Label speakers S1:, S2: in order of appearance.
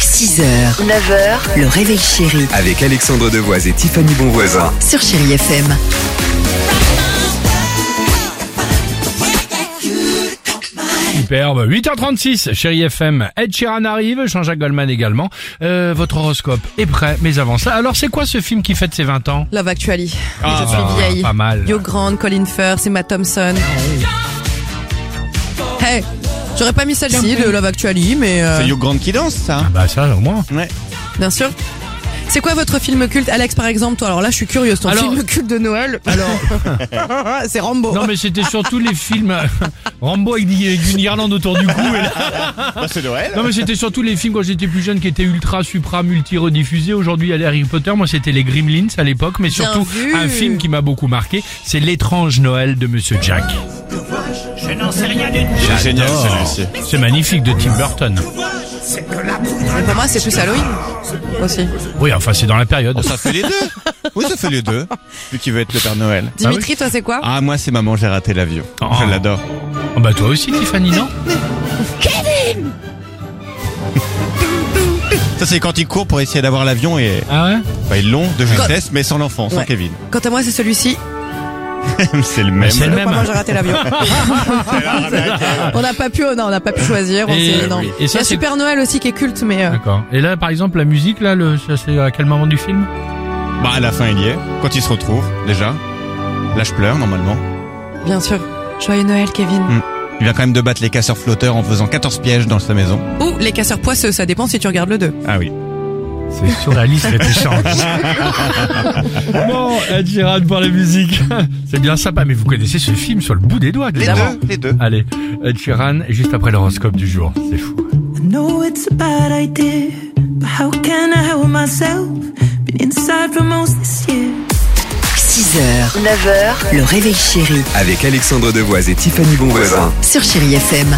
S1: 6h, 9h, le réveil chéri
S2: Avec Alexandre Devoise et Tiffany Bonvoisin.
S1: sur Chéri FM.
S3: Superbe. 8h36, chérie FM. Ed Sheeran arrive, Jean-Jacques Goldman également. Euh, votre horoscope est prêt, mais avant ça. Alors, c'est quoi ce film qui fête ses 20 ans
S4: Love Actually.
S3: Ah,
S4: je suis
S3: bah,
S4: vieille.
S3: pas mal.
S4: Yo Grande, Colin Firth, Emma Thompson.
S3: Ah
S4: Hey, j'aurais pas mis celle-ci de Love Actually, mais euh,
S5: C'est Hugh Grant qui danse, ça hein
S3: Bah ça, au moins.
S5: Ouais.
S4: bien sûr. C'est quoi votre film culte, Alex par exemple Toi, alors là, je suis curieuse. Ton
S3: Alors-
S4: film culte de Noël Alors, c'est Rambo.
S3: Non, mais c'était surtout les films euh, Rambo avec des- avec une guirlande autour du cou. et là-
S5: c'est Noël.
S3: Non, mais c'était surtout les films quand j'étais plus jeune qui étaient ultra, supra, multi rediffusés. Aujourd'hui, à Harry Potter, moi c'était les Gremlins à l'époque, mais
S4: Bien
S3: surtout
S4: vu.
S3: un film qui m'a beaucoup marqué, c'est l'étrange Noël de Monsieur Jack.
S5: C'est génial
S3: J'adore.
S5: celui-ci.
S3: C'est magnifique de Tim Burton.
S4: Mais Pour moi, c'est plus Halloween aussi.
S3: Ah Oui, enfin c'est dans la période.
S5: Oh, Ça fait les deux. Oui, ça fait les deux. Vu qu'il veut être le Père Noël.
S4: Dimitri, toi, c'est quoi
S5: Ah, moi, c'est maman, j'ai raté l'avion.
S3: Oh.
S5: Je l'adore.
S3: Oh, bah toi aussi, Tiffany, non
S5: Ça, c'est quand il court pour essayer d'avoir l'avion et. bah,
S3: Ah ouais
S5: Enfin, ils l'ont de justesse, mais sans l'enfant, sans
S4: Ouais.
S5: Kevin.
S4: Quant à moi, c'est celui-ci.
S5: c'est le même.
S3: C'est le même.
S4: Moi, j'ai raté l'avion. on n'a pas pu, non, on n'a pas pu choisir. on
S3: Et-
S4: s'est- non.
S3: oui. Et
S4: Il
S3: ça,
S4: y a
S3: c'est-
S4: Super Noël aussi qui est culte, mais euh,
S3: D'accord. Et là, par exemple, la musique, là, le, ça, c'est à quel moment du film
S5: Bah, à la fin, il y est. Quand il se retrouve, déjà. Là, je pleure, normalement.
S4: bien sûr. Joyeux Noël, Kevin.
S5: Il vient quand même de battre les casseurs flotteurs en faisant 14 pièges dans sa maison.
S4: Ou les casseurs poisseux, ça dépend si tu regardes le 2.
S5: Ah oui.
S3: C'est sur la liste bon, Ed Sheeran pour la musique. C'est bien sympa, mais vous connaissez ce film sur le bout des doigts, évidemment.
S5: les deux.
S3: Allez, Ed Sheeran, juste après l'horoscope du jour. C'est fou.
S6: know it's a bad idea, but how can I help myself? Been inside for most this year.
S1: 6h, 9h, le réveil chéri
S2: Avec Alexandre Devoise et Tiffany Bonvoisin.
S1: sur Chéri FM.